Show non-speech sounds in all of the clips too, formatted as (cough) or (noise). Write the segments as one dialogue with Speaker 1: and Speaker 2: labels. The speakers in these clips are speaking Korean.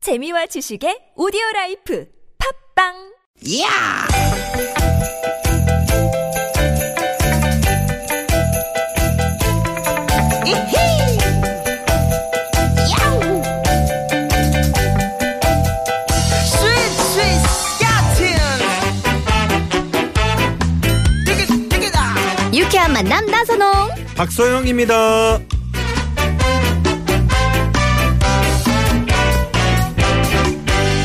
Speaker 1: 재미와 지식의 오디오 라이프 팝빵
Speaker 2: 야! 이히! 야우! 스윗 스윗 스틴! 티켓 티켓아!
Speaker 3: 유쾌한 만남 나선홍
Speaker 4: 박소영입니다.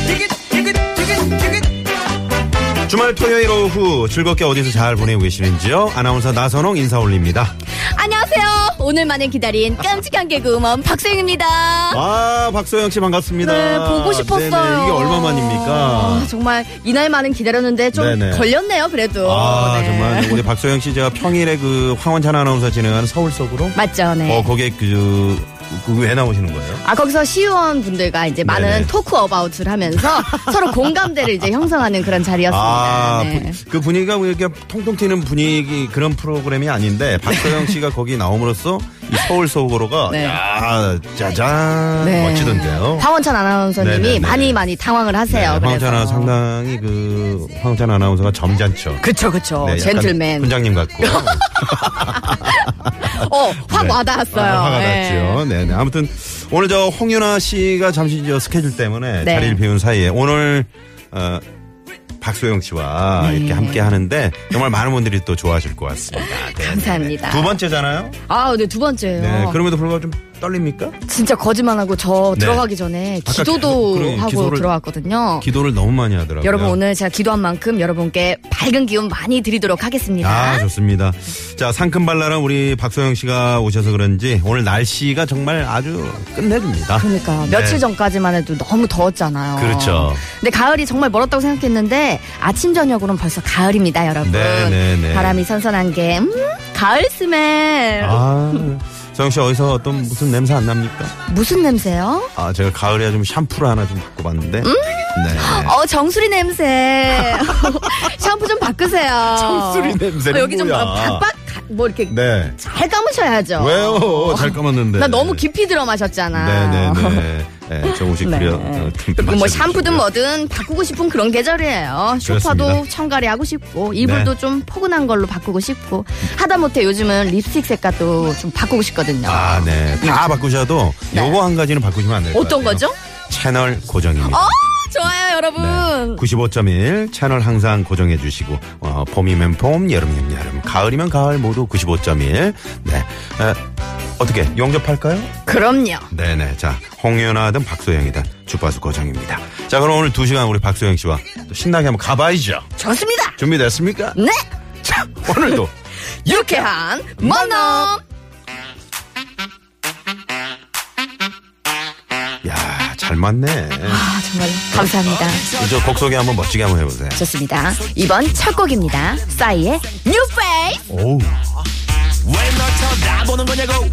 Speaker 2: 티켓 티켓 티켓 티켓
Speaker 4: 주말 토요일 오후 즐겁게 어디서 잘 보내고 계시는지요? 아나운서 나선홍 인사 올립니다.
Speaker 3: 안녕하세요 오늘만을 기다린 깜찍한 개그우먼 박소영입니다
Speaker 4: 아, 박소영 씨 반갑습니다.
Speaker 3: 네 보고 싶었어요
Speaker 4: 아, 네네, 이게 얼마만입니까?
Speaker 3: 아, 정말 이날만은 기다렸는데 좀
Speaker 4: 네네.
Speaker 3: 걸렸네요 그래도
Speaker 4: 아,
Speaker 3: 네.
Speaker 4: 정말 우리 박소영 씨 제가 평일에 그 황원찬 아나운서 진행하는 서울 속으로
Speaker 3: 맞죠 네
Speaker 4: 어, 거기에 그, 그 왜 나오시는 거예요?
Speaker 3: 아 거기서 시의원 분들과 이제
Speaker 4: 네네.
Speaker 3: 많은 토크 어바웃을
Speaker 4: (laughs)
Speaker 3: 하면서 서로 공감대를 이제 형성하는 그런 자리였습니다.
Speaker 4: 아,
Speaker 3: 네.
Speaker 4: 부- 그 분위기가 이렇게 통통 튀는 분위기 그런 프로그램이 아닌데
Speaker 3: (laughs)
Speaker 4: 박소영 씨가 거기 나옴으로써 이 서울 속으로가
Speaker 3: 네.
Speaker 4: 야, 짜잔
Speaker 3: 네.
Speaker 4: 멋지던데요.
Speaker 3: 황원찬 아나운서님이
Speaker 4: 네네네. 네,
Speaker 3: 많이 많이 당황을 하세요.
Speaker 4: 황찬
Speaker 3: 그래서.
Speaker 4: 아나 상당히 그 황찬 아나운서가 점잖죠.
Speaker 3: 그쵸 그쵸
Speaker 4: 네, 약간
Speaker 3: 젠틀맨. (laughs)
Speaker 4: 훈장님 같고
Speaker 3: 어확
Speaker 4: 네.
Speaker 3: 와닿았어요.
Speaker 4: 아, 화가
Speaker 3: 네.
Speaker 4: 났죠. 네네. 아무튼 오늘 저 홍윤아 씨가 잠시 저 스케줄 때문에
Speaker 3: 네.
Speaker 4: 자리를 비운 사이에 오늘 어, 박소영 씨와
Speaker 3: 네.
Speaker 4: 이렇게 함께 하는데 정말 많은 분들이 또 좋아하실 것 같습니다. 네,
Speaker 3: 감사합니다.
Speaker 4: 네, 네. 두 번째잖아요.
Speaker 3: 아, 네, 두 번째예요. 어.
Speaker 4: 네. 그럼에도 불구하고 좀 떨립니까?
Speaker 3: 진짜 거짓말하고 저
Speaker 4: 네.
Speaker 3: 들어가기 전에
Speaker 4: 아까
Speaker 3: 기도도
Speaker 4: 계속 그런
Speaker 3: 하고
Speaker 4: 기도를-
Speaker 3: 들어갔거든요.
Speaker 4: 기도를 너무 많이 하더라고요.
Speaker 3: 여러분 오늘 제가 기도한 만큼 여러분께 밝은 기운 많이 드리도록 하겠습니다.
Speaker 4: 아, 좋습니다. 자, 상큼발랄한 우리 박소영 씨가 오셔서 그런지 오늘 날씨가 정말 아주 끝내줍니다.
Speaker 3: 그러니까
Speaker 4: 네.
Speaker 3: 며칠 전까지만 해도 너무 더웠잖아요.
Speaker 4: 그렇죠.
Speaker 3: 근데 가을이 정말 멀었다고 생각했는데 아침 저녁으로는 벌써 가을입니다, 여러분.
Speaker 4: 네, 네, 네.
Speaker 3: 바람이 선선한 게 음, 가을 스멜.
Speaker 4: 아, 소영 씨 어디서 어떤 무슨 냄새 안 납니까?
Speaker 3: 무슨 냄새요?
Speaker 4: 아, 제가 가을에 좀 샴푸를 하나 좀 갖고 봤는데.
Speaker 3: 음?
Speaker 4: 네.
Speaker 3: 어 정수리 냄새. (laughs) 샴푸 좀 바꾸세요.
Speaker 4: 정수리 냄새는
Speaker 3: 어, 여기 좀
Speaker 4: 뭐야?
Speaker 3: 박박 가- 뭐 이렇게
Speaker 4: 네.
Speaker 3: 잘 감으셔야죠.
Speaker 4: 왜요? 잘 감았는데.
Speaker 3: 나 너무 깊이 들어 마셨잖아.
Speaker 4: 네네네. 네, 조금씩
Speaker 3: 네.
Speaker 4: 그려. 어, 좀
Speaker 3: 그리고 뭐
Speaker 4: 맞춰주시고요.
Speaker 3: 샴푸든 뭐든 바꾸고 싶은 그런 계절이에요. 쇼파도
Speaker 4: 그렇습니다. 네.
Speaker 3: 청가리 하고 싶고 이불도 좀 포근한 걸로 바꾸고 싶고 하다못해 요즘은 립스틱 색깔도 좀 바꾸고 싶거든요.
Speaker 4: 아, 네. 다 바꾸셔도
Speaker 3: 네.
Speaker 4: 요거 한 가지는 바꾸시면 안 될 것 같아요.
Speaker 3: 어떤 거죠?
Speaker 4: 채널 고정입니다.
Speaker 3: 어, 좋아요, 여러분.
Speaker 4: 네. 95.1 채널 항상 고정해 주시고 어, 봄이면 봄, 여름이면 여름, 가을이면 가을 모두 95.1. 네. 에, 어떻게 영접할까요?
Speaker 3: 그럼요.
Speaker 4: 네네. 자, 홍윤아든 박소영이든 주파수 고정입니다. 자, 그럼 오늘 2시간 우리 박소영 씨와 또 신나게 한번 가봐야죠.
Speaker 3: 좋습니다.
Speaker 4: 준비됐습니까?
Speaker 3: 네.
Speaker 4: 자, 오늘도
Speaker 3: 유쾌한 아, 만남.
Speaker 4: 야, 잘 맞네.
Speaker 3: 아, 정말 감사합니다.
Speaker 4: 저 곡 소개 한번 멋지게 한번 해보세요.
Speaker 3: 좋습니다. 이번 첫 곡입니다. 싸이의 뉴 페이스.
Speaker 4: 오우.
Speaker 5: 왜 널 쳐다보는 거냐고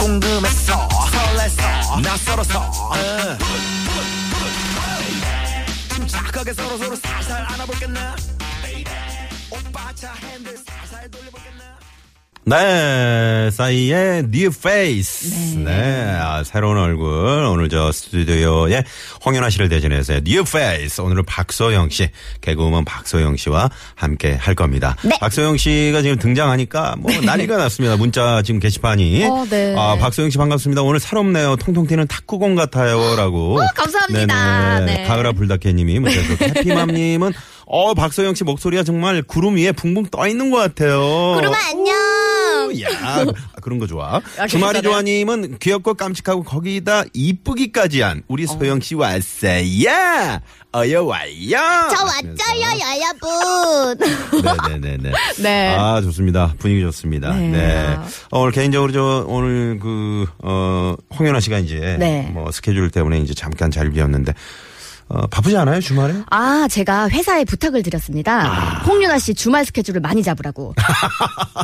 Speaker 5: 궁금했어 설렜어 낯설었어 응. 침착하게 서로서로 살살 안아볼겠나 Baby. 오빠 차 핸들 살살 돌려볼겠나
Speaker 4: 네, 싸이의 뉴 페이스. 네. 아, 새로운 얼굴. 오늘 저 스튜디오에 홍윤아 씨를 대신해서 뉴 페이스. 오늘은 박소영 씨, 개그우먼 박소영 씨와 함께 할 겁니다.
Speaker 3: 네.
Speaker 4: 박소영 씨가 지금 등장하니까 뭐 난리가 났습니다. 문자 지금 게시판이.
Speaker 3: 어, 네.
Speaker 4: 아, 박소영 씨 반갑습니다. 오늘 새롭네요. 통통 튀는 탁구공 같아요. 라고.
Speaker 3: 어, 감사합니다. 네.
Speaker 4: 가을아 불닭해님이 문자 주셨고 해피맘님은 어, 박소영 씨 목소리가 정말 구름 위에 붕붕 떠 있는 것 같아요.
Speaker 3: 그러면 안녕.
Speaker 4: 야 아, 그런 거 좋아.
Speaker 3: 아,
Speaker 4: 주말이
Speaker 3: 괜찮아요.
Speaker 4: 좋아님은 귀엽고 깜찍하고 거기다 이쁘기까지 한
Speaker 3: 어.
Speaker 4: 우리 소영 씨 왔어요. 어여 와요.
Speaker 3: 저 왔어요, 여러분.
Speaker 4: 네네네네.
Speaker 3: (laughs) 네.
Speaker 4: 아 좋습니다. 분위기 좋습니다.
Speaker 3: 네.
Speaker 4: 네. 어, 오늘 개인적으로 저 오늘 그어 홍연아 씨가 이제
Speaker 3: 네.
Speaker 4: 뭐 스케줄 때문에 이제 잠깐 잘 비었는데 어, 바쁘지 않아요 주말에?
Speaker 3: 아, 제가 회사에 부탁을 드렸습니다. 홍윤아 씨 주말 스케줄을 많이
Speaker 4: (laughs)
Speaker 3: 잡으라고.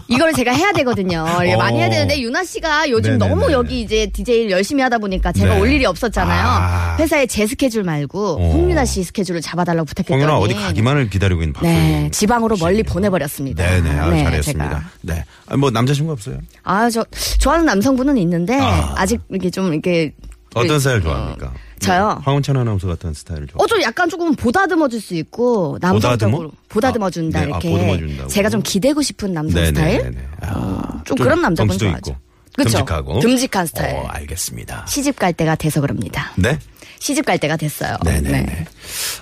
Speaker 3: 이걸 제가 해야 되거든요. 이게
Speaker 4: 어.
Speaker 3: 많이 해야 되는데 윤아 씨가 요즘
Speaker 4: 네네네네.
Speaker 3: 너무 여기 이제 DJ를 열심히 하다 보니까 제가
Speaker 4: 네.
Speaker 3: 올 일이 없었잖아요.
Speaker 4: 아.
Speaker 3: 회사에 제 스케줄 말고
Speaker 4: 어.
Speaker 3: 홍윤아 씨 스케줄을 잡아달라고 부탁했더니
Speaker 4: 홍연아 어디 가기만을 기다리고 있는 박소영.
Speaker 3: 네, 지방으로 멀리
Speaker 4: 씨네요.
Speaker 3: 보내버렸습니다.
Speaker 4: 네네, 아,
Speaker 3: 네,
Speaker 4: 잘했습니다.
Speaker 3: 제가.
Speaker 4: 네, 아, 뭐 남자친구 없어요?
Speaker 3: 아, 저 좋아하는 남성분은 있는데 아. 직 이렇게 좀 이렇게
Speaker 4: 어떤
Speaker 3: 그,
Speaker 4: 스타일 좋아합니까?
Speaker 3: 어,
Speaker 4: 뭐
Speaker 3: 저요.
Speaker 4: 황운찬 아나운서 같은 스타일을 좋아.
Speaker 3: 어, 좀 약간 조금 보다듬어줄 수 있고, 남성적으로.
Speaker 4: 보다듬어?
Speaker 3: 보다듬어준다,
Speaker 4: 아, 네. 아,
Speaker 3: 이렇게.
Speaker 4: 보듬어준다고.
Speaker 3: 제가 좀 기대고 싶은 남성
Speaker 4: 네,
Speaker 3: 스타일? 아, 좀, 그런 남자분
Speaker 4: 아, 덩치도
Speaker 3: 좋아하죠.
Speaker 4: 있고,
Speaker 3: 그쵸?
Speaker 4: 듬직하고.
Speaker 3: 듬직한 스타일.
Speaker 4: 어, 알겠습니다.
Speaker 3: 시집 갈 때가 돼서 그럽니다.
Speaker 4: 네?
Speaker 3: 시집 갈 때가 됐어요.
Speaker 4: 네네네.
Speaker 3: 네.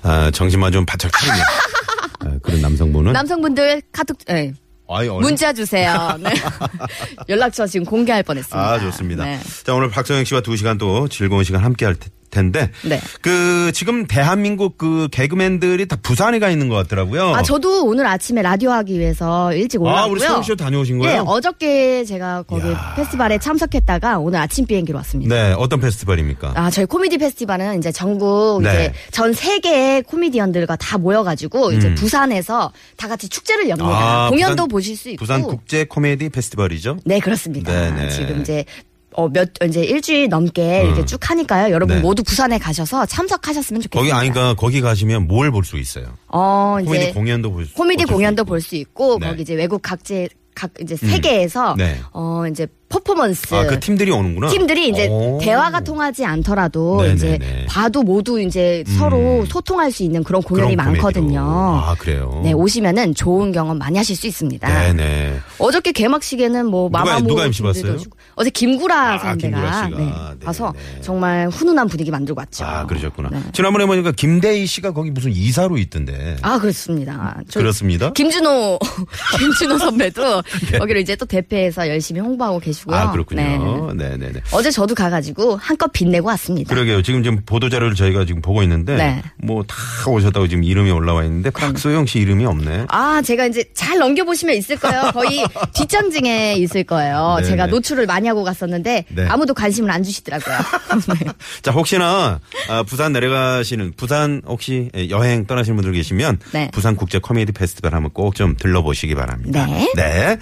Speaker 4: 아, 정신만 좀
Speaker 3: (laughs)
Speaker 4: 바짝 차리네. 아, 그런 남성분은.
Speaker 3: 남성분들 카톡 예,
Speaker 4: 아이, 얼른-
Speaker 3: 문자
Speaker 4: (laughs)
Speaker 3: 주세요. 네. 연락처 지금 공개할 뻔했습니다.
Speaker 4: 아, 좋습니다.
Speaker 3: 네.
Speaker 4: 자, 오늘 박성영 씨와 두 시간 또 즐거운 시간 함께 할 테- 텐데.
Speaker 3: 네.
Speaker 4: 그, 지금 대한민국 그 개그맨들이 다 부산에 가 있는 것 같더라고요.
Speaker 3: 아 저도 오늘 아침에 라디오 하기 위해서 일찍 올라왔고요.
Speaker 4: 어. 아, 우리 성욱 씨도 다녀오신 거예요?
Speaker 3: 네, 어저께 제가 거기 페스티벌에 참석했다가 오늘 아침 비행기로 왔습니다.
Speaker 4: 네, 어떤 페스티벌입니까?
Speaker 3: 아, 저희 코미디 페스티벌은 이제 전국
Speaker 4: 네.
Speaker 3: 이제 전 세계의 코미디언들과 다 모여가지고 이제 부산에서 다 같이 축제를 엽니다.
Speaker 4: 음. 아,
Speaker 3: 뭐, 공연도
Speaker 4: 부산-
Speaker 3: 보실 수 있고.
Speaker 4: 부산 국제 코미디 페스티벌이죠.
Speaker 3: 네, 그렇습니다.
Speaker 4: 네네. 음.
Speaker 3: 지금 이제 어, 몇, 이제 일주일 넘게 이렇게 쭉 하니까요. 여러분
Speaker 4: 네.
Speaker 3: 모두 부산에 가셔서 참석하셨으면
Speaker 4: 거기
Speaker 3: 좋겠습니다.
Speaker 4: 아니까 그러니까 거기 가시면 뭘 볼 수 있어요?
Speaker 3: 어, 이제
Speaker 4: 코미디 공연도 볼 수,
Speaker 3: 코미디
Speaker 4: 보실 수
Speaker 3: 공연도
Speaker 4: 있고.
Speaker 3: 볼 수 있고
Speaker 4: 네.
Speaker 3: 거기 이제 외국 각지 각 이제 세계에서
Speaker 4: 네.
Speaker 3: 어 이제 퍼포먼스
Speaker 4: 아, 그 팀들이 오는구나. 어.
Speaker 3: 팀들이 이제
Speaker 4: 오.
Speaker 3: 대화가 통하지 않더라도
Speaker 4: 네네네. 음.
Speaker 3: 이제 봐도 모두 이제 서로 소통할 수 있는 그런
Speaker 4: 그런
Speaker 3: 공연이 많거든요.
Speaker 4: 코미디로. 아, 그래요.
Speaker 3: 네 오시면은 아. 좋은 경험 많이 하실 수 있습니다.
Speaker 4: 네네.
Speaker 3: 어저께 개막식에는 뭐
Speaker 4: 누가-
Speaker 3: 마마무
Speaker 4: 누가 MC
Speaker 3: 분들도
Speaker 4: 봤어요?
Speaker 3: 오시고 어제 김구라
Speaker 4: 아,
Speaker 3: 선배가
Speaker 4: 김구라 씨가.
Speaker 3: 네,
Speaker 4: 네,
Speaker 3: 와서
Speaker 4: 네.
Speaker 3: 정말 훈훈한 분위기 만들고 왔죠.
Speaker 4: 아, 그러셨구나.
Speaker 3: 네.
Speaker 4: 지난번에 보니까 김대희 씨가 거기 무슨 이사로 있던데.
Speaker 3: 아 그렇습니다. 저-
Speaker 4: 그렇습니다.
Speaker 3: 김준호 (laughs) 김준호
Speaker 4: (laughs)
Speaker 3: 선배도 거기를 이제 또 대표해서 열심히 홍보하고 계시고요.
Speaker 4: 네. 아,
Speaker 3: 네.
Speaker 4: 그렇군요. 네. 네네
Speaker 3: 어제 저도 가가지고 한껏 빛내고 왔습니다.
Speaker 4: 그러게요. 지금 지금 보도 자료를 저희가 지금 보고 있는데
Speaker 3: 네.
Speaker 4: 뭐 다 오셨다고 지금 이름이 올라와 있는데 박소영 씨 이름이 없네.
Speaker 3: 아, 제가 이제 잘 넘겨보시면 있을 거예요. 거의 뒷장징에 있을 거예요.
Speaker 4: (laughs) 네,
Speaker 3: 제가
Speaker 4: 네.
Speaker 3: 노출을 많이 하고 갔었는데
Speaker 4: 네.
Speaker 3: 아무도 관심을 안 주시더라고요. (laughs) 네.
Speaker 4: 자, 혹시나 아, 부산 내려가시는 부산 혹시 예, 여행 떠나시는 분들 계시면
Speaker 3: 네.
Speaker 4: 부산 국제 코미디 페스티벌 한번 꼭 좀 들러보시기 바랍니다.
Speaker 3: 네.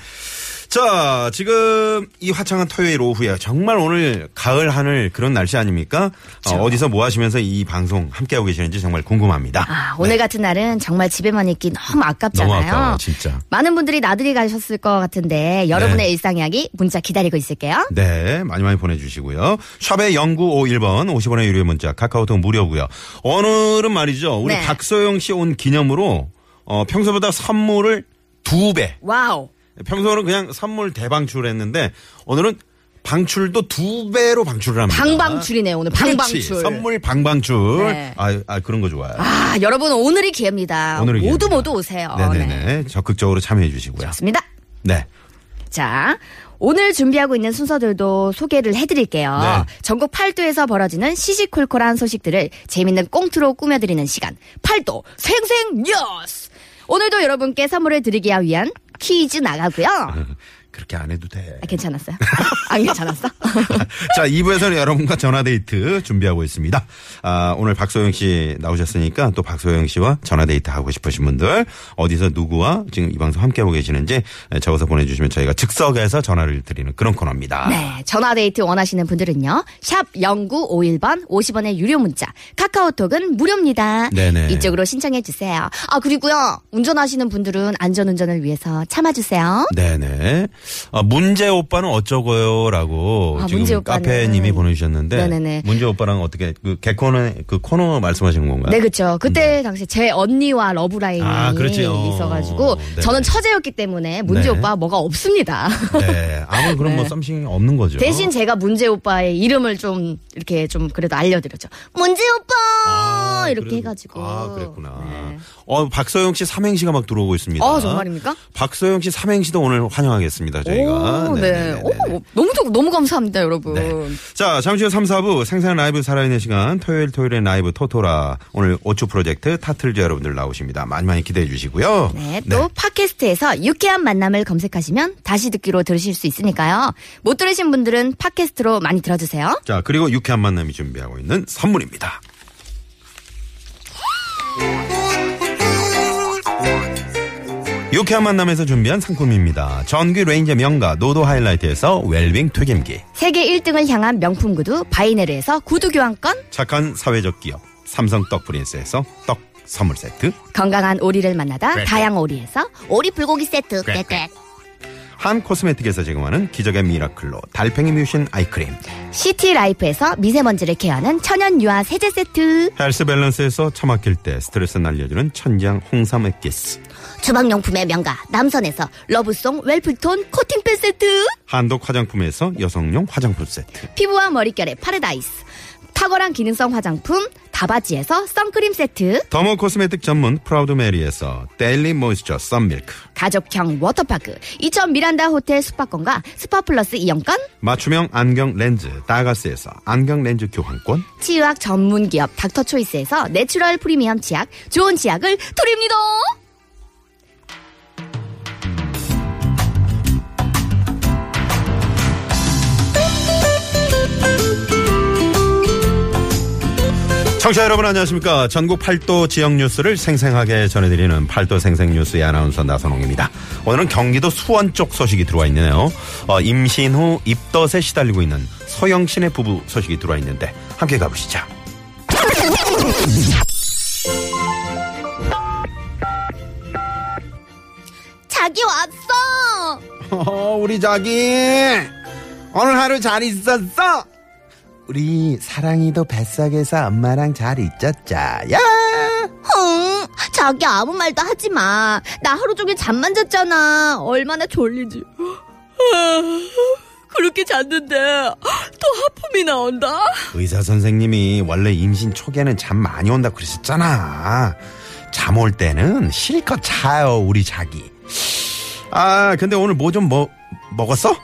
Speaker 4: 자, 지금 이 화창한 토요일 오후에 정말 오늘 가을 하늘 그런 날씨 아닙니까?
Speaker 3: 그렇죠.
Speaker 4: 어, 디서뭐 하시면서 이 방송 함께하고 계시는지 정말 궁금합니다.
Speaker 3: 아, 오늘 같은 날은 정말 집에만 있기 너무 아깝잖아요.
Speaker 4: 네. 너무 아까워, 진짜.
Speaker 3: 많은 분들이 나들이 가셨을 것 같은데 여러분의 일상 이야기 문자 기다리고 있을게요.
Speaker 4: 네, 많이 많이 보내주시고요. 샵의 0951번 50원의 유료 문자 카카오톡 무료고요. 오늘은 말이죠. 우리
Speaker 3: 네.
Speaker 4: 박소영 씨 온 기념으로 어, 평소보다 선물을 두 배.
Speaker 3: 와우.
Speaker 4: 평소는 그냥 선물 대방출을 했는데 오늘은 방출도 두 배로 방출을 합니다.
Speaker 3: 방방출이네요, 오늘.
Speaker 4: 그렇지.
Speaker 3: 방방출.
Speaker 4: 선물 방방출.
Speaker 3: 네.
Speaker 4: 아, 아, 그런 거 좋아요.
Speaker 3: 아, 여러분 오늘이 기회입니다.
Speaker 4: 오늘은
Speaker 3: 모두
Speaker 4: 기회입니다.
Speaker 3: 모두 오세요.
Speaker 4: 네네네. 적극적으로 참여해 주시고요.
Speaker 3: 아, 어, 좋습니다.
Speaker 4: 네. (laughs)
Speaker 3: 자, 오늘 준비하고 있는 순서들도 소개를 해드릴게요.
Speaker 4: 네.
Speaker 3: 전국 팔도에서 벌어지는 시시콜콜한 소식들을 재밌는 꽁트로 꾸며드리는 시간. 팔도 생생 뉴스! 오늘도 여러분께 선물을 드리기 위한 퀴즈 나가고요. 아,
Speaker 4: 그렇게 안 해도 돼.
Speaker 3: 괜찮았어요? (laughs) 안 괜찮았어? (laughs)
Speaker 4: (laughs) 자, 2부에서는 여러분과 전화데이트 준비하고 있습니다. 아, 오늘 박소영 씨 나오셨으니까 또 박소영 씨와 전화데이트 하고 싶으신 분들 어디서 누구와 지금 이 방송 함께하고 계시는지 적어서 보내주시면 저희가 즉석에서 전화를 드리는 그런 코너입니다.
Speaker 3: 네, 전화데이트 원하시는 분들은요. 샵 0951번 50원의 유료 문자. 카카오톡은 무료입니다.
Speaker 4: 네네.
Speaker 3: 이쪽으로 신청해 주세요. 아, 그리고요. 운전하시는 분들은 안전운전을 위해서 참아주세요.
Speaker 4: 네네. 아, 문제 오빠는 어쩌고요라고
Speaker 3: 아,
Speaker 4: 지금
Speaker 3: 문제 오빠는-
Speaker 4: 카페님이 보내주셨는데
Speaker 3: 네네네.
Speaker 4: 문제 오빠랑 어떻게 그 개코너 그 코너 말씀하시는 건가요?
Speaker 3: 네, 그쵸. 그때 당시 제 언니와 러브라인이
Speaker 4: 아, 그렇지요.
Speaker 3: 있어가지고
Speaker 4: 네네.
Speaker 3: 저는 처제였기 때문에 문제
Speaker 4: 네.
Speaker 3: 오빠 뭐가 없습니다. (laughs)
Speaker 4: 네. 아무 그런 뭐 썸씽이 없는 거죠.
Speaker 3: 대신 제가 문제 오빠의 이름을 좀 이렇게 좀 그래도 알려드렸죠. 문제 오빠
Speaker 4: 아,
Speaker 3: 이렇게
Speaker 4: 그래도-
Speaker 3: 해가지고.
Speaker 4: 아, 그랬구나.
Speaker 3: 네.
Speaker 4: 어, 박서영 씨 삼행시가 막 들어오고 있습니다.
Speaker 3: 아, 정말입니까?
Speaker 4: 박서영 씨 삼행시도 오늘 환영하겠습니다, 저희가.
Speaker 3: 오, 네.
Speaker 4: 네네네네. 네.
Speaker 3: 오, 너무 좋- 너무 감사합니다, 여러분.
Speaker 4: 자, 잠시 후 3, 4부 생생한 라이브 살아있는 시간 토요일 토요일의 라이브 토토라 오늘 5초 프로젝트 타틀즈 여러분들 나오십니다. 많이 많이 기대해 주시고요.
Speaker 3: 네, 또 팟캐스트에서 유쾌한 만남을 검색하시면 다시 듣기로 들으실 수 있으니까요. 못 들으신 분들은 팟캐스트로 많이 들어주세요.
Speaker 4: 자, 그리고 유쾌한 만남이 준비하고 있는 선물입니다. 유쾌한 만남에서 준비한 상품입니다. 전기 레인저 명가 노도 하이라이트에서 웰빙 튀김기.
Speaker 3: 세계 1등을 향한 명품 구두 바이네르에서 구두 교환권,
Speaker 4: 착한 사회적 기업 삼성 떡 프린스에서 떡 선물 세트.
Speaker 3: 건강한 오리를 만나다 다양 오리에서 오리 불고기 세트. 떼떼.
Speaker 4: 한 코스메틱에서 제공하는 기적의 미라클로 달팽이 뮤신 아이크림.
Speaker 3: 시티라이프에서 미세먼지를 케어하는 천연 유화 세제 세트
Speaker 4: 헬스 밸런스에서 차 막힐 때 스트레스 날려주는 천장 홍삼 액기스.
Speaker 3: 주방용품의 명가 남선에서 러브송 웰플톤 코팅팬 세트
Speaker 4: 한독 화장품에서 여성용 화장품 세트.
Speaker 3: 피부와 머릿결의 파라다이스 탁월한 기능성 화장품 다바지에서 선크림 세트
Speaker 4: 더모 코스메틱 전문 프라우드 메리에서 데일리 모이스처 썬밀크.
Speaker 3: 가족형 워터파크 이천 미란다 호텔 숙박권과 스파플러스 이용권
Speaker 4: 맞춤형 안경 렌즈 다가스에서 안경 렌즈 교환권.
Speaker 3: 치의학 전문 기업 닥터초이스에서 내추럴 프리미엄 치약 좋은 치약을 드립니다
Speaker 4: 청취자 여러분 안녕하십니까. 전국 팔도 지역 뉴스를 생생하게 전해드리는 팔도 생생뉴스의 아나운서 나선홍입니다. 오늘은 경기도 수원 쪽 소식이 들어와 있네요. 어, 임신 후 입덧에 시달리고 있는 서영신의 부부 소식이 들어와 있는데 함께 가보시죠.
Speaker 3: 자기 왔어
Speaker 4: 어, 우리 자기 오늘 하루 잘 있었어? 우리 사랑이도 뱃속에서 엄마랑 잘 있었자야.
Speaker 3: 헝 자기 아무 말도 하지 마. 나 하루 종일 잠만 잤잖아. 얼마나 졸리지. 아, 그렇게 잤는데 또 하품이 나온다.
Speaker 4: 의사 선생님이 원래 임신 초기에는 잠 많이 온다 그랬었잖아. 잠 올 때는 실컷 자요 우리 자기. 아 근데 오늘 뭐 좀 먹 먹었어?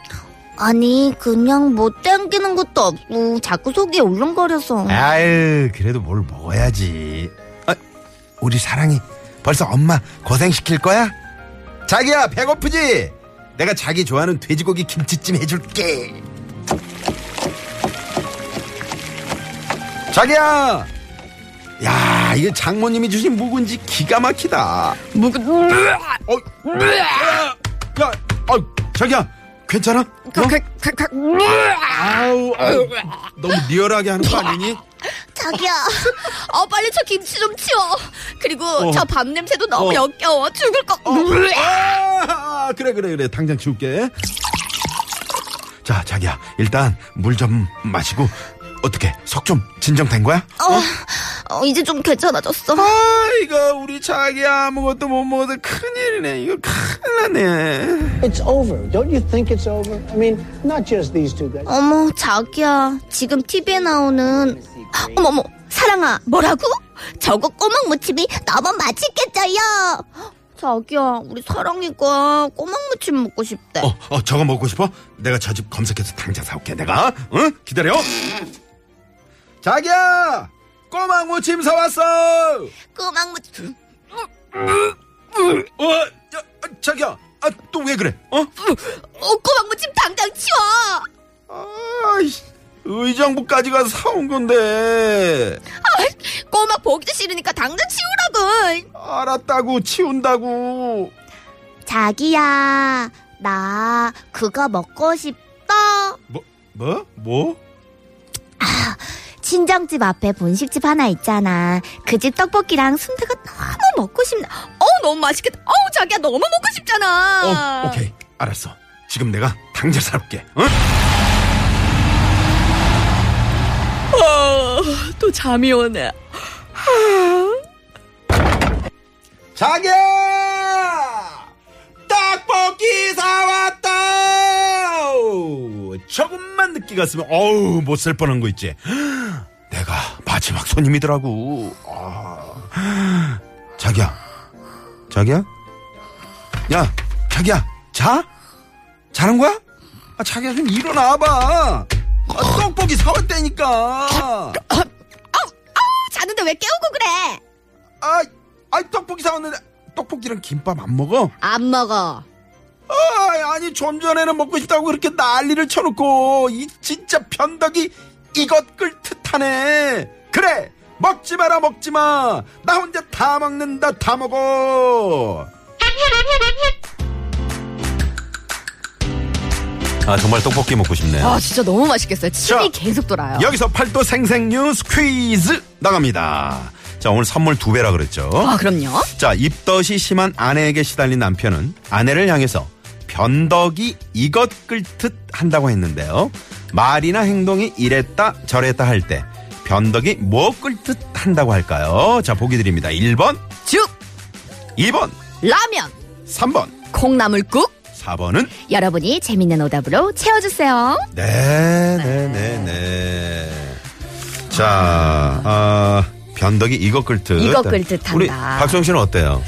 Speaker 3: 아니 그냥 못 당기는 것도 없고 자꾸 속이 울렁거려서.
Speaker 4: 아유 그래도 뭘 먹어야지. 아, 우리 사랑이 벌써 엄마 고생 시킬 거야? 자기야 배고프지? 내가 자기 좋아하는 돼지고기 김치찜 해줄게. 자기야. 야, 이거 장모님이 주신 묵은지 기가 막히다.
Speaker 3: 묵은
Speaker 4: 어, 야, 야, 어, 자기야, 괜찮아? 어? 아우, 아우, 너무 리얼하게 하는 거 아니니?
Speaker 3: 자기야. 아 빨리 저 김치 좀 치워. 그리고
Speaker 4: 어.
Speaker 3: 저 밥 냄새도 너무
Speaker 4: 어.
Speaker 3: 역겨워 죽을 것.
Speaker 4: 아, 그래, 그래, 그래, 당장 치울게. 자, 자기야, 일단 물 좀 마시고 어떻게 속 좀 진정된 거야?
Speaker 3: 어, 어, 이제 좀 괜찮아졌어.
Speaker 4: 아, 이거 우리 자기야 아무것도 못 먹어서 큰일이네. 이거 큰일 나네.
Speaker 6: It's over. Don't you think it's over? I mean, not just these two guys.
Speaker 3: 어머 자기야 지금 TV에 나오는 아, 어머머 사랑아 뭐라고? 저거 꼬막 무침이 너무 맛있겠죠요 자기야 우리 사랑이가 꼬막 무침 먹고 싶대
Speaker 4: 어, 어, 저거 먹고 싶어? 내가 저 집 검색해서 당장 사올게. 내가, 어? 응? 기다려. 자기야, 꼬막 무침 사왔어.
Speaker 3: 꼬막 무침
Speaker 4: 어, 야, 아, 자기야, 아, 또 왜 그래? 어?
Speaker 3: 어 꼬막 무침 당장 치워
Speaker 4: 아이씨, 의정부까지 가서 사온 건데.
Speaker 3: 꼬막 보기도 싫으니까 당장 치우라고
Speaker 4: 알았다고 치운다고.
Speaker 3: 자기야 나 그거 먹고 싶다
Speaker 4: 뭐, 뭐, 뭐?
Speaker 3: 친정집 앞에 분식집 하나 있잖아. 그 집 떡볶이랑 순대가 너무 먹고 싶나. 어 너무 맛있겠다. 어우 자기야 너무 먹고 싶잖아.
Speaker 4: 어, 오케이, 알았어. 지금 내가 당장 사올게. 응?
Speaker 3: 어,
Speaker 7: 또 잠이 오네.
Speaker 4: 자기야! 떡볶이 사왔다! 조금만 늦게 갔으면, 어우, 못 살 뻔한 거 있지. 내가 마지막 손님이더라고. 아. 자기야. 자기야? 야, 자기야, 자? 자는 거야? 아, 자기야, 좀 일어나봐. 아, 떡볶이 아, 사왔다니까.
Speaker 3: 자는데 왜 깨우고 그래?
Speaker 4: 아, 아, 떡볶이 사왔는데, 떡볶이랑 김밥 안 먹어?
Speaker 3: 안 먹어.
Speaker 4: 아, 아니 좀 전에는 먹고 싶다고 그렇게 난리를 쳐놓고 이 진짜 변덕이 이것 끌듯하네. 그래 먹지 마라 먹지 마. 나 혼자 다 먹는다 다 먹어. 아 정말 떡볶이 먹고 싶네요.
Speaker 7: 아 진짜 너무 맛있겠어요. 침이
Speaker 4: 자.
Speaker 7: 계속 돌아요.
Speaker 4: 여기서 팔도 생생뉴스 퀴즈 나갑니다. 자 오늘 선물 두 배라 그랬죠.
Speaker 7: 아 그럼요.
Speaker 4: 자, 입덧이 심한 아내에게 시달린 남편은 아내를 향해서 변덕이 이것 끓듯 한다고 했는데요. 말이나 행동이 이랬다 저랬다 할 때 변덕이 뭐 끓듯 한다고 할까요? 자, 보기 드립니다. 1번,
Speaker 3: 죽,
Speaker 4: 2번,
Speaker 3: 라면,
Speaker 4: 3번,
Speaker 3: 콩나물국.
Speaker 4: 4번은
Speaker 8: 여러분이 재밌는 오답으로 채워주세요.
Speaker 4: 네, 네, 네, 네. 자, 아, 변덕이 이것 끓듯.
Speaker 3: 이것 끓듯
Speaker 4: 우리
Speaker 3: 한다.
Speaker 4: 박성 씨는 어때요?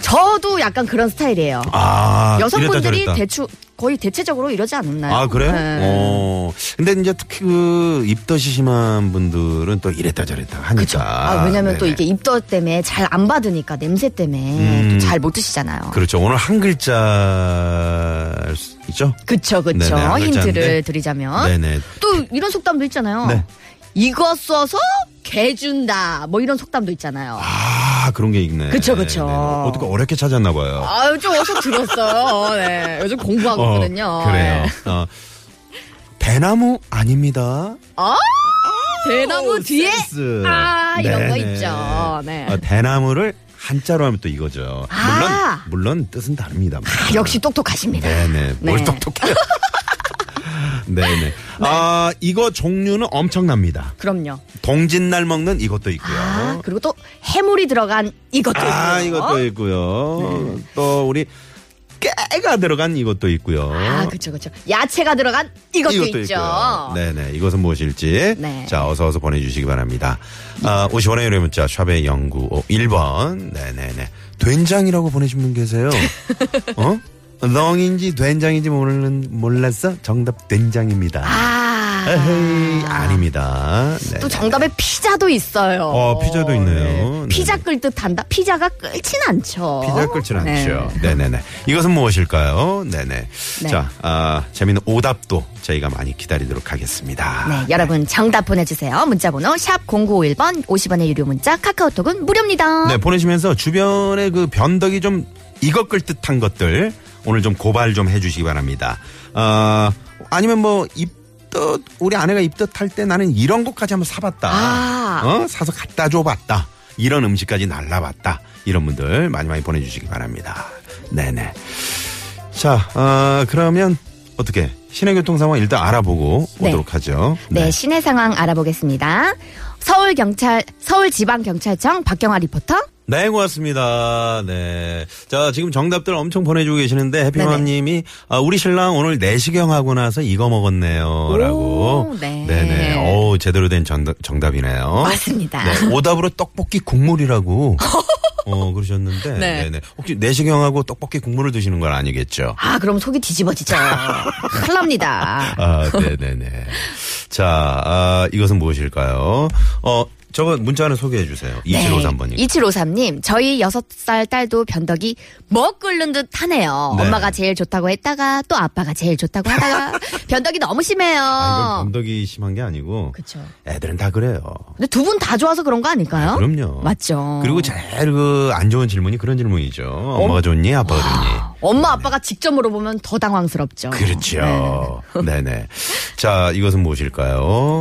Speaker 3: 저도 약간 그런 스타일이에요.
Speaker 4: 아,
Speaker 3: 여성분들이
Speaker 4: 이랬다 저랬다.
Speaker 3: 대충 거의 대체적으로 이러지 않나요?
Speaker 4: 아, 그래요?
Speaker 3: 네.
Speaker 4: 어. 근데 이제 특히 그 입덧이 심한 분들은 또 이랬다 저랬다 하니까.
Speaker 3: 그쵸. 아, 왜냐면 또
Speaker 4: 네네.
Speaker 3: 이게 입덧 때문에 잘 안 받으니까 냄새 때문에
Speaker 4: 음.
Speaker 3: 또 잘 못 드시잖아요.
Speaker 4: 그렇죠. 오늘 한 글자 수 있죠?
Speaker 3: 그쵸, 그쵸.
Speaker 4: 네네, 안 글자인데.
Speaker 3: 힌트를 드리자면.
Speaker 4: 네네.
Speaker 3: 또 이런 속담도 있잖아요.
Speaker 4: 네.
Speaker 3: 이거 써서 개 준다. 뭐 이런 속담도 있잖아요.
Speaker 4: 아, 그런 게 있네.
Speaker 3: 그쵸, 그쵸.
Speaker 4: 네네. 어떻게 어렵게 찾았나 봐요.
Speaker 3: 아, 요즘 어서 들었어요. 네. 요즘 공부하고
Speaker 4: 어,
Speaker 3: 있거든요. 네.
Speaker 4: 그래요. 어. 대나무 아닙니다.
Speaker 3: 네. 대나무 뒤에
Speaker 4: 센스.
Speaker 3: 아, 이런 거
Speaker 4: 네네.
Speaker 3: 있죠. 네.
Speaker 4: 어, 대나무를 한자로 하면 또 이거죠.
Speaker 3: 아.
Speaker 4: 물론 물론 뜻은 다릅니다.
Speaker 3: 아, 역시 똑똑하십니다.
Speaker 4: 네네. 뭘
Speaker 3: 네.
Speaker 4: 똑똑해요. (laughs) 네네. 아, 이거 종류는 엄청납니다.
Speaker 3: 그럼요.
Speaker 4: 네. 동짓날 먹는 이것도 있고요.
Speaker 3: 아, 그리고 또 해물이 들어간 이것도 있고요.
Speaker 4: 아,
Speaker 3: 네.
Speaker 4: 이것도 있고요. 또 우리 깨가 들어간 이것도 있고요.
Speaker 3: 아, 그쵸, 그쵸. 야채가 들어간 이것도, 있죠.
Speaker 4: 있고요. 네네. 이것은 무엇일지.
Speaker 3: 네.
Speaker 4: 자, 어서어서 보내주시기 바랍니다. 아, 50원의 유료 문자, 샵의 0951번. 네네네. 된장이라고 보내신
Speaker 3: (laughs)
Speaker 4: 분 계세요. 어? 렁인지 된장인지 모르는, 몰랐어? 정답 된장입니다.
Speaker 3: 아.
Speaker 4: 에헤이, 아닙니다. 네.
Speaker 3: 또 정답에 피자도 있어요.
Speaker 4: 어, 피자도 있네요. 네.
Speaker 3: 피자 끓듯 한다. 피자가 끓진 않죠.
Speaker 4: 피자 끓진
Speaker 3: 네.
Speaker 4: 않죠. 네. 네네 이것은 무엇일까요? 네네.
Speaker 3: 네.
Speaker 4: 자, 아, 재밌는 오답도 저희가 많이 기다리도록 하겠습니다.
Speaker 3: 네, 여러분 정답 보내주세요. 문자번호 샵 0951번 50원의 유료 문자 카카오톡은 무료입니다.
Speaker 4: 네, 보내시면서 주변에 그 변덕이 좀 이것 끌듯한 것들 오늘 좀 고발 좀 해주시기 바랍니다. 어, 아니면 뭐 입덧 우리 아내가 입덧할 때 나는 이런 것까지 한번 사봤다.
Speaker 3: 아.
Speaker 4: 어? 사서 갖다 줘봤다. 이런 음식까지 날라봤다. 이런 분들 많이 많이 보내주시기 바랍니다. 네네. 자, 어, 그러면 어떻게 시내 교통 상황 일단 알아보고
Speaker 3: 네.
Speaker 4: 오도록 하죠.
Speaker 3: 네, 시내 상황 알아보겠습니다. 서울 경찰 서울 지방 경찰청 박경화 리포터.
Speaker 4: 네, 고맙습니다. 네. 자, 지금 정답들 엄청 보내주고 계시는데, 해피맘
Speaker 3: 네네.
Speaker 4: 님이, 아, 우리 신랑 오늘 내시경 하고 나서 이거 먹었네요. 라고.
Speaker 3: 네.
Speaker 4: 네네. 어우, 제대로 된 정답, 정답이네요.
Speaker 3: 맞습니다.
Speaker 4: 네, 오답으로 떡볶이 국물이라고.
Speaker 3: (laughs)
Speaker 4: 어, 그러셨는데.
Speaker 3: 네.
Speaker 4: 네. 네 혹시 내시경하고 떡볶이 국물을 드시는 건 아니겠죠?
Speaker 3: 아, 그럼 속이
Speaker 4: (laughs)
Speaker 3: 뒤집어지죠. 큰납니다.
Speaker 4: 아, 네네네. 자, 아, 이것은 무엇일까요? 어, 저거 문자 하나 소개해 주세요.
Speaker 3: 네.
Speaker 4: 2753번님.
Speaker 3: 2753님, 저희 6살 딸도 변덕이 먹 끓는 듯 하네요.
Speaker 4: 네.
Speaker 3: 엄마가 제일 좋다고 했다가 또 아빠가 제일 좋다고
Speaker 4: (laughs)
Speaker 3: 하다가 변덕이 너무 심해요.
Speaker 4: 아, 이건 덕이 심한 게 아니고.
Speaker 3: 그쵸.
Speaker 4: 애들은 다 그래요.
Speaker 3: 근데 두 분 다 좋아서 그런 거 아닐까요?
Speaker 4: 그럼요.
Speaker 3: 어? 맞죠.
Speaker 4: 그리고 제일 그 안 좋은 질문이 그런 질문이죠. 엄마가 좋니? 아빠가 좋니?
Speaker 3: 엄마 아빠가 직접 물어보면 더 당황스럽죠.
Speaker 4: 그렇죠. (laughs) 네네. 자, 이것은 무엇일까요?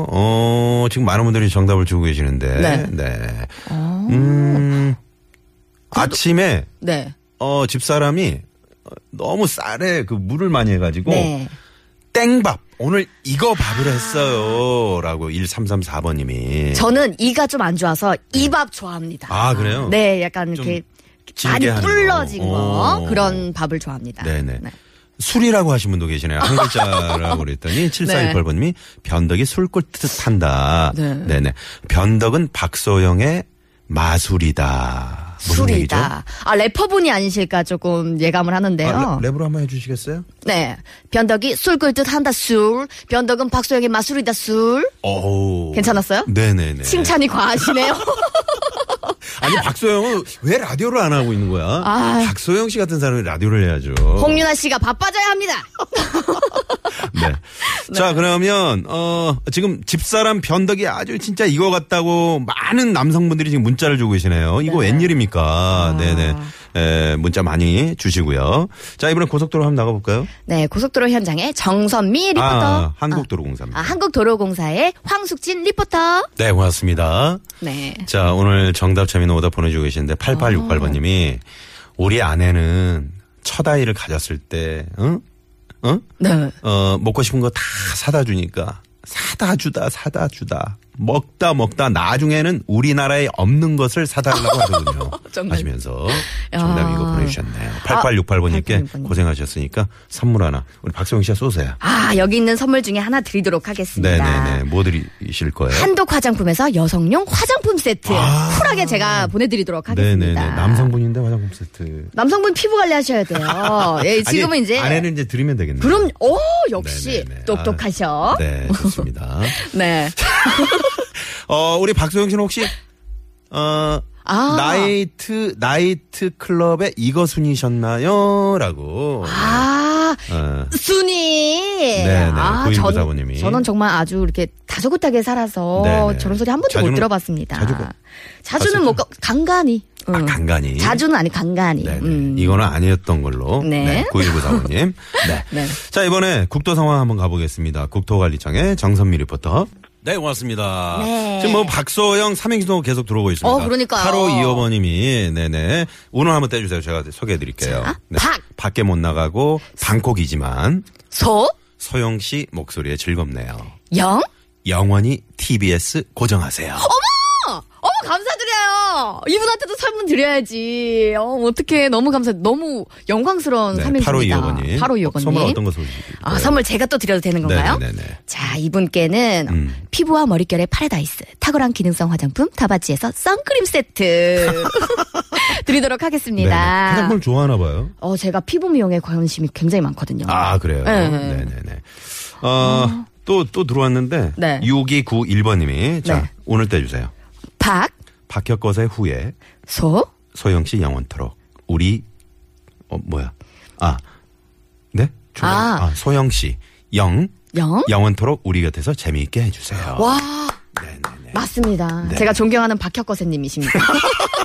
Speaker 4: 어, 지금 많은 분들이 정답을 주고 계시는데.
Speaker 3: 네. 어.
Speaker 4: 음, 아침에,
Speaker 3: 네.
Speaker 4: 어, 집사람이 어, 너무 쌀에 그 물을 많이 해가지고.
Speaker 3: 네.
Speaker 4: 땡밥. 오늘 이거 밥을 했어요. 라고 1334번님이.
Speaker 3: 저는 이가 좀 안 좋아서 이 밥 좋아합니다.
Speaker 4: 네. 아, 그래요?
Speaker 3: 네, 약간 이렇게
Speaker 4: 질게
Speaker 3: 많이
Speaker 4: 하는 거.
Speaker 3: 불러진 거.
Speaker 4: 어.
Speaker 3: 그런 밥을 좋아합니다.
Speaker 4: 네네. 술이라고 하신 분도 계시네요. 한 글자라고
Speaker 3: (laughs) 네.
Speaker 4: 그랬더니 7418번님이 변덕이 술꿀 뜻한다.
Speaker 3: 네.
Speaker 4: 네. 네 변덕은 박소영의 마술이다. 무슨
Speaker 3: 술이다. 아, 래퍼분이 아니실까 조금 예감을
Speaker 4: 얘기죠?
Speaker 3: 하는데요.
Speaker 4: 아, 랩- 랩으로 한번 해주시겠어요?
Speaker 3: 네. 변덕이 술 끓듯 한다 술. 변덕은 박소영의 마술이다 술.
Speaker 4: 오.
Speaker 3: 괜찮았어요?
Speaker 4: 네네네.
Speaker 3: 칭찬이
Speaker 4: (laughs)
Speaker 3: 과하시네요.
Speaker 4: 아니 박소영은 왜 라디오를 안 하고 있는 거야?
Speaker 3: 아.
Speaker 4: 박소영 씨 같은 사람이 라디오를 해야죠.
Speaker 3: 홍윤아 씨가 바빠져야 합니다.
Speaker 4: (laughs) 네. 자, 그러면, 어, 지금 집사람 변덕이 아주 진짜 이거 같다고 많은 남성분들이 지금 문자를 주고 계시네요. 아. 이거 웬일입니까? 네네. 에, 문자 많이 주시고요. 자, 이번엔 고속도로 한번 나가볼까요?
Speaker 3: 네, 고속도로 현장에 정선미 리포터.
Speaker 4: 아, 한국도로공사입니다.
Speaker 3: 아, 한국도로공사의 황숙진 리포터.
Speaker 4: 네, 고맙습니다.
Speaker 3: 네.
Speaker 4: 아. 자, 오늘 정답 재미는 오답 보내주고 계시는데, 8868번님이, 우리 아내는 첫 아이를 가졌을 때, 응? 응?
Speaker 3: 네.
Speaker 4: 어, 먹고 싶은 거 다 사다 주니까 사다 주다 사다 주다 먹다 먹다 나중에는 우리나라에 없는 것을 사달라고 하더군요.
Speaker 3: (laughs) 정답.
Speaker 4: 하시면서 정답 이거
Speaker 3: 야. 아,
Speaker 4: 보내주셨네요. 8868번님께
Speaker 3: 8868 님.
Speaker 4: 고생하셨으니까 선물 하나 우리 박세영 씨가 쏘세요.
Speaker 3: 아, 여기 있는 선물 중에 하나 드리도록 하겠습니다.
Speaker 4: 네네네 뭐 드리실 거예요?
Speaker 3: 한독 화장품에서 여성용 화장품 세트 쿨하게 제가 보내드리도록 하겠습니다.
Speaker 4: 아. 네네네 남성분인데 화장품 세트.
Speaker 3: 남성분 피부 관리하셔야
Speaker 4: (laughs)
Speaker 3: 돼요. 예, 지금은
Speaker 4: 아니,
Speaker 3: 이제
Speaker 4: 아내는 이제 드리면 되겠네요.
Speaker 3: 그럼 오 역시
Speaker 4: 네네네.
Speaker 3: 똑똑하셔.
Speaker 4: 아, 네
Speaker 3: (laughs)
Speaker 4: 좋습니다.
Speaker 3: 네.
Speaker 4: 어, 우리 박소영 씨는 혹시, 어,
Speaker 3: 아.
Speaker 4: 나이트, 나이트 클럽의 이거 순이셨나요? 라고.
Speaker 3: 아
Speaker 4: 어,
Speaker 3: 순이.
Speaker 4: 네네,
Speaker 3: 아,
Speaker 4: 구인구
Speaker 3: 전-
Speaker 4: 사부님이.
Speaker 3: 저는 정말 아주 이렇게 다소곳하게 살아서
Speaker 4: 네네.
Speaker 3: 저런 소리 한 번도
Speaker 4: 자주는-
Speaker 3: 못 들어봤습니다.
Speaker 4: 자주
Speaker 3: 자주는 못 가, 간간히.
Speaker 4: 아,
Speaker 3: 응.
Speaker 4: 간간히.
Speaker 3: 자주는 아니 간간히.
Speaker 4: 네네.
Speaker 3: 음.
Speaker 4: 이거는 아니었던 걸로.
Speaker 3: 네.
Speaker 4: 네. 9194번님. 네.
Speaker 3: (laughs) 네.
Speaker 4: 자, 이번에 국토 상황 한번 가보겠습니다. 국토관리청의 정선미 리포터. 네, 고맙습니다.
Speaker 3: 네.
Speaker 4: 지금 뭐 박소영 삼행시도 계속 들어오고 있습니다.
Speaker 3: 어, 그러니까요.
Speaker 4: 8호 2호번님이, 네네. 운을 한번 떼주세요. 제가 소개해드릴게요.
Speaker 3: 자,
Speaker 4: 네.
Speaker 3: 박.
Speaker 4: 밖에 못 나가고 방콕이지만
Speaker 3: 소,
Speaker 4: 소영 씨 목소리에 즐겁네요.
Speaker 3: 영.
Speaker 4: 영원히 TBS 고정하세요.
Speaker 3: 어, 어머 감사드려요. 이분한테도 선물 드려야지. 어, 어떻게 너무 감사. 너무 영광스러운
Speaker 4: 네,
Speaker 3: 삼행시입니다.
Speaker 4: 8호 2호번님.
Speaker 3: 바로 이호건님.
Speaker 4: 선물 어떤 거 쏘실
Speaker 3: 아, 선물 제가 또 드려도 되는 건가요?
Speaker 4: 네. 네네네.
Speaker 3: 자, 이분께는
Speaker 4: 음.
Speaker 3: 피부와 머릿결의 파라다이스, 탁월한 기능성 화장품 다바지에서 선크림 세트 (laughs) 드리도록
Speaker 4: 네.
Speaker 3: 하겠습니다.
Speaker 4: 화장품 좋아하나 봐요.
Speaker 3: 어, 제가 피부 미용에 관심이 굉장히 많거든요.
Speaker 4: 아, 그래요?
Speaker 3: 네.
Speaker 4: 네네네. 어, 또, 또 들어왔는데.
Speaker 3: 네.
Speaker 4: 6291번님이. 자,
Speaker 3: 네.
Speaker 4: 오늘 떼주세요.
Speaker 3: 박,
Speaker 4: 박혁거세 후에
Speaker 3: 소,
Speaker 4: 소영 씨 영원토록. 우리, 어, 뭐야. 아, 네? 좋아요.
Speaker 3: 아.
Speaker 4: 아, 소영 씨. 영.
Speaker 3: 영.
Speaker 4: 영원토록 우리 곁에서 재미있게 해주세요.
Speaker 3: 와,
Speaker 4: 네네네.
Speaker 3: 맞습니다.
Speaker 4: 네.
Speaker 3: 제가 존경하는 박혁거 선님이십니다. (laughs)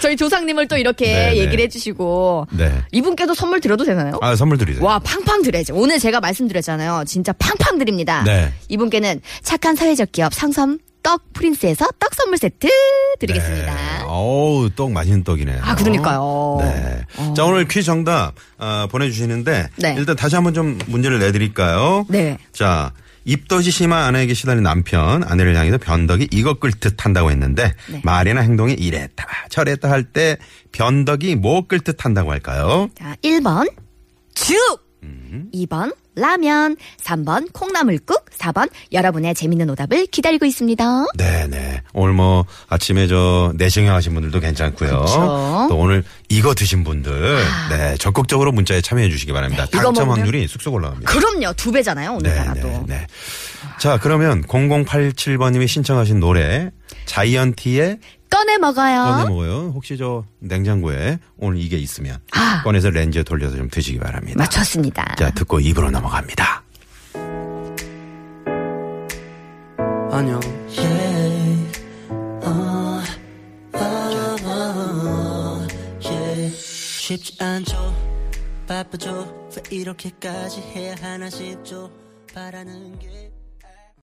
Speaker 3: 저희 조상님을 또 이렇게
Speaker 4: 네, 네.
Speaker 3: 얘기를 해주시고
Speaker 4: 네.
Speaker 3: 이분께도 선물 드려도 되나요?
Speaker 4: 아, 선물 드리세요.
Speaker 3: 와 팡팡 드려야지 오늘 제가 말씀드렸잖아요 진짜 팡팡 드립니다
Speaker 4: 네.
Speaker 3: 이분께는 착한 사회적 기업 상섬 떡 프린스에서 떡 선물 세트 드리겠습니다
Speaker 4: 네. 어우, 떡 맛있는 떡이네.
Speaker 3: 아 그러니까요 어.
Speaker 4: 네. 자, 오늘 퀴즈 정답 어, 보내주시는데
Speaker 3: 네.
Speaker 4: 일단 다시 한번 좀 문제를 내드릴까요?
Speaker 3: 네.
Speaker 4: 자, 입덧이 심한 아내에게 시달린 남편, 아내를 향해서 변덕이 이거 끌듯 한다고 했는데
Speaker 3: 네.
Speaker 4: 말이나 행동이 이랬다 저랬다 할 때 변덕이 뭐 끌듯 한다고 할까요?
Speaker 3: 자 1번 죽
Speaker 4: 음.
Speaker 3: 2번 라면 3번 콩나물국 4번 여러분의 재밌는 오답을 기다리고 있습니다
Speaker 4: 네네. 오늘 뭐 아침에 저 내시경 하신 분들도 괜찮고요.
Speaker 3: 그쵸. 아.
Speaker 4: 또 오늘 이거 드신 분들 네 적극적으로 문자에 참여해 주시기 바랍니다.
Speaker 3: 네, 이거
Speaker 4: 당첨
Speaker 3: 먹으면-
Speaker 4: 확률이 쑥쑥 올라갑니다.
Speaker 3: 그럼요 두 배잖아요 오늘따라도
Speaker 4: 네. 자 그러면 0087번님이 신청하신 노래 자이언티의
Speaker 3: 꺼내 먹어요
Speaker 4: 꺼내 먹어요. 혹시 저 냉장고에 오늘 이게 있으면
Speaker 3: 아.
Speaker 4: 꺼내서 렌즈에 돌려서 좀 드시기 바랍니다.
Speaker 3: 맞췄습니다
Speaker 4: 자 듣고 입으로 넘어갑니다.
Speaker 5: 안녕 쉽지 않죠 바쁘죠 왜 이렇게까지 해야 하나 싶죠 바라는 게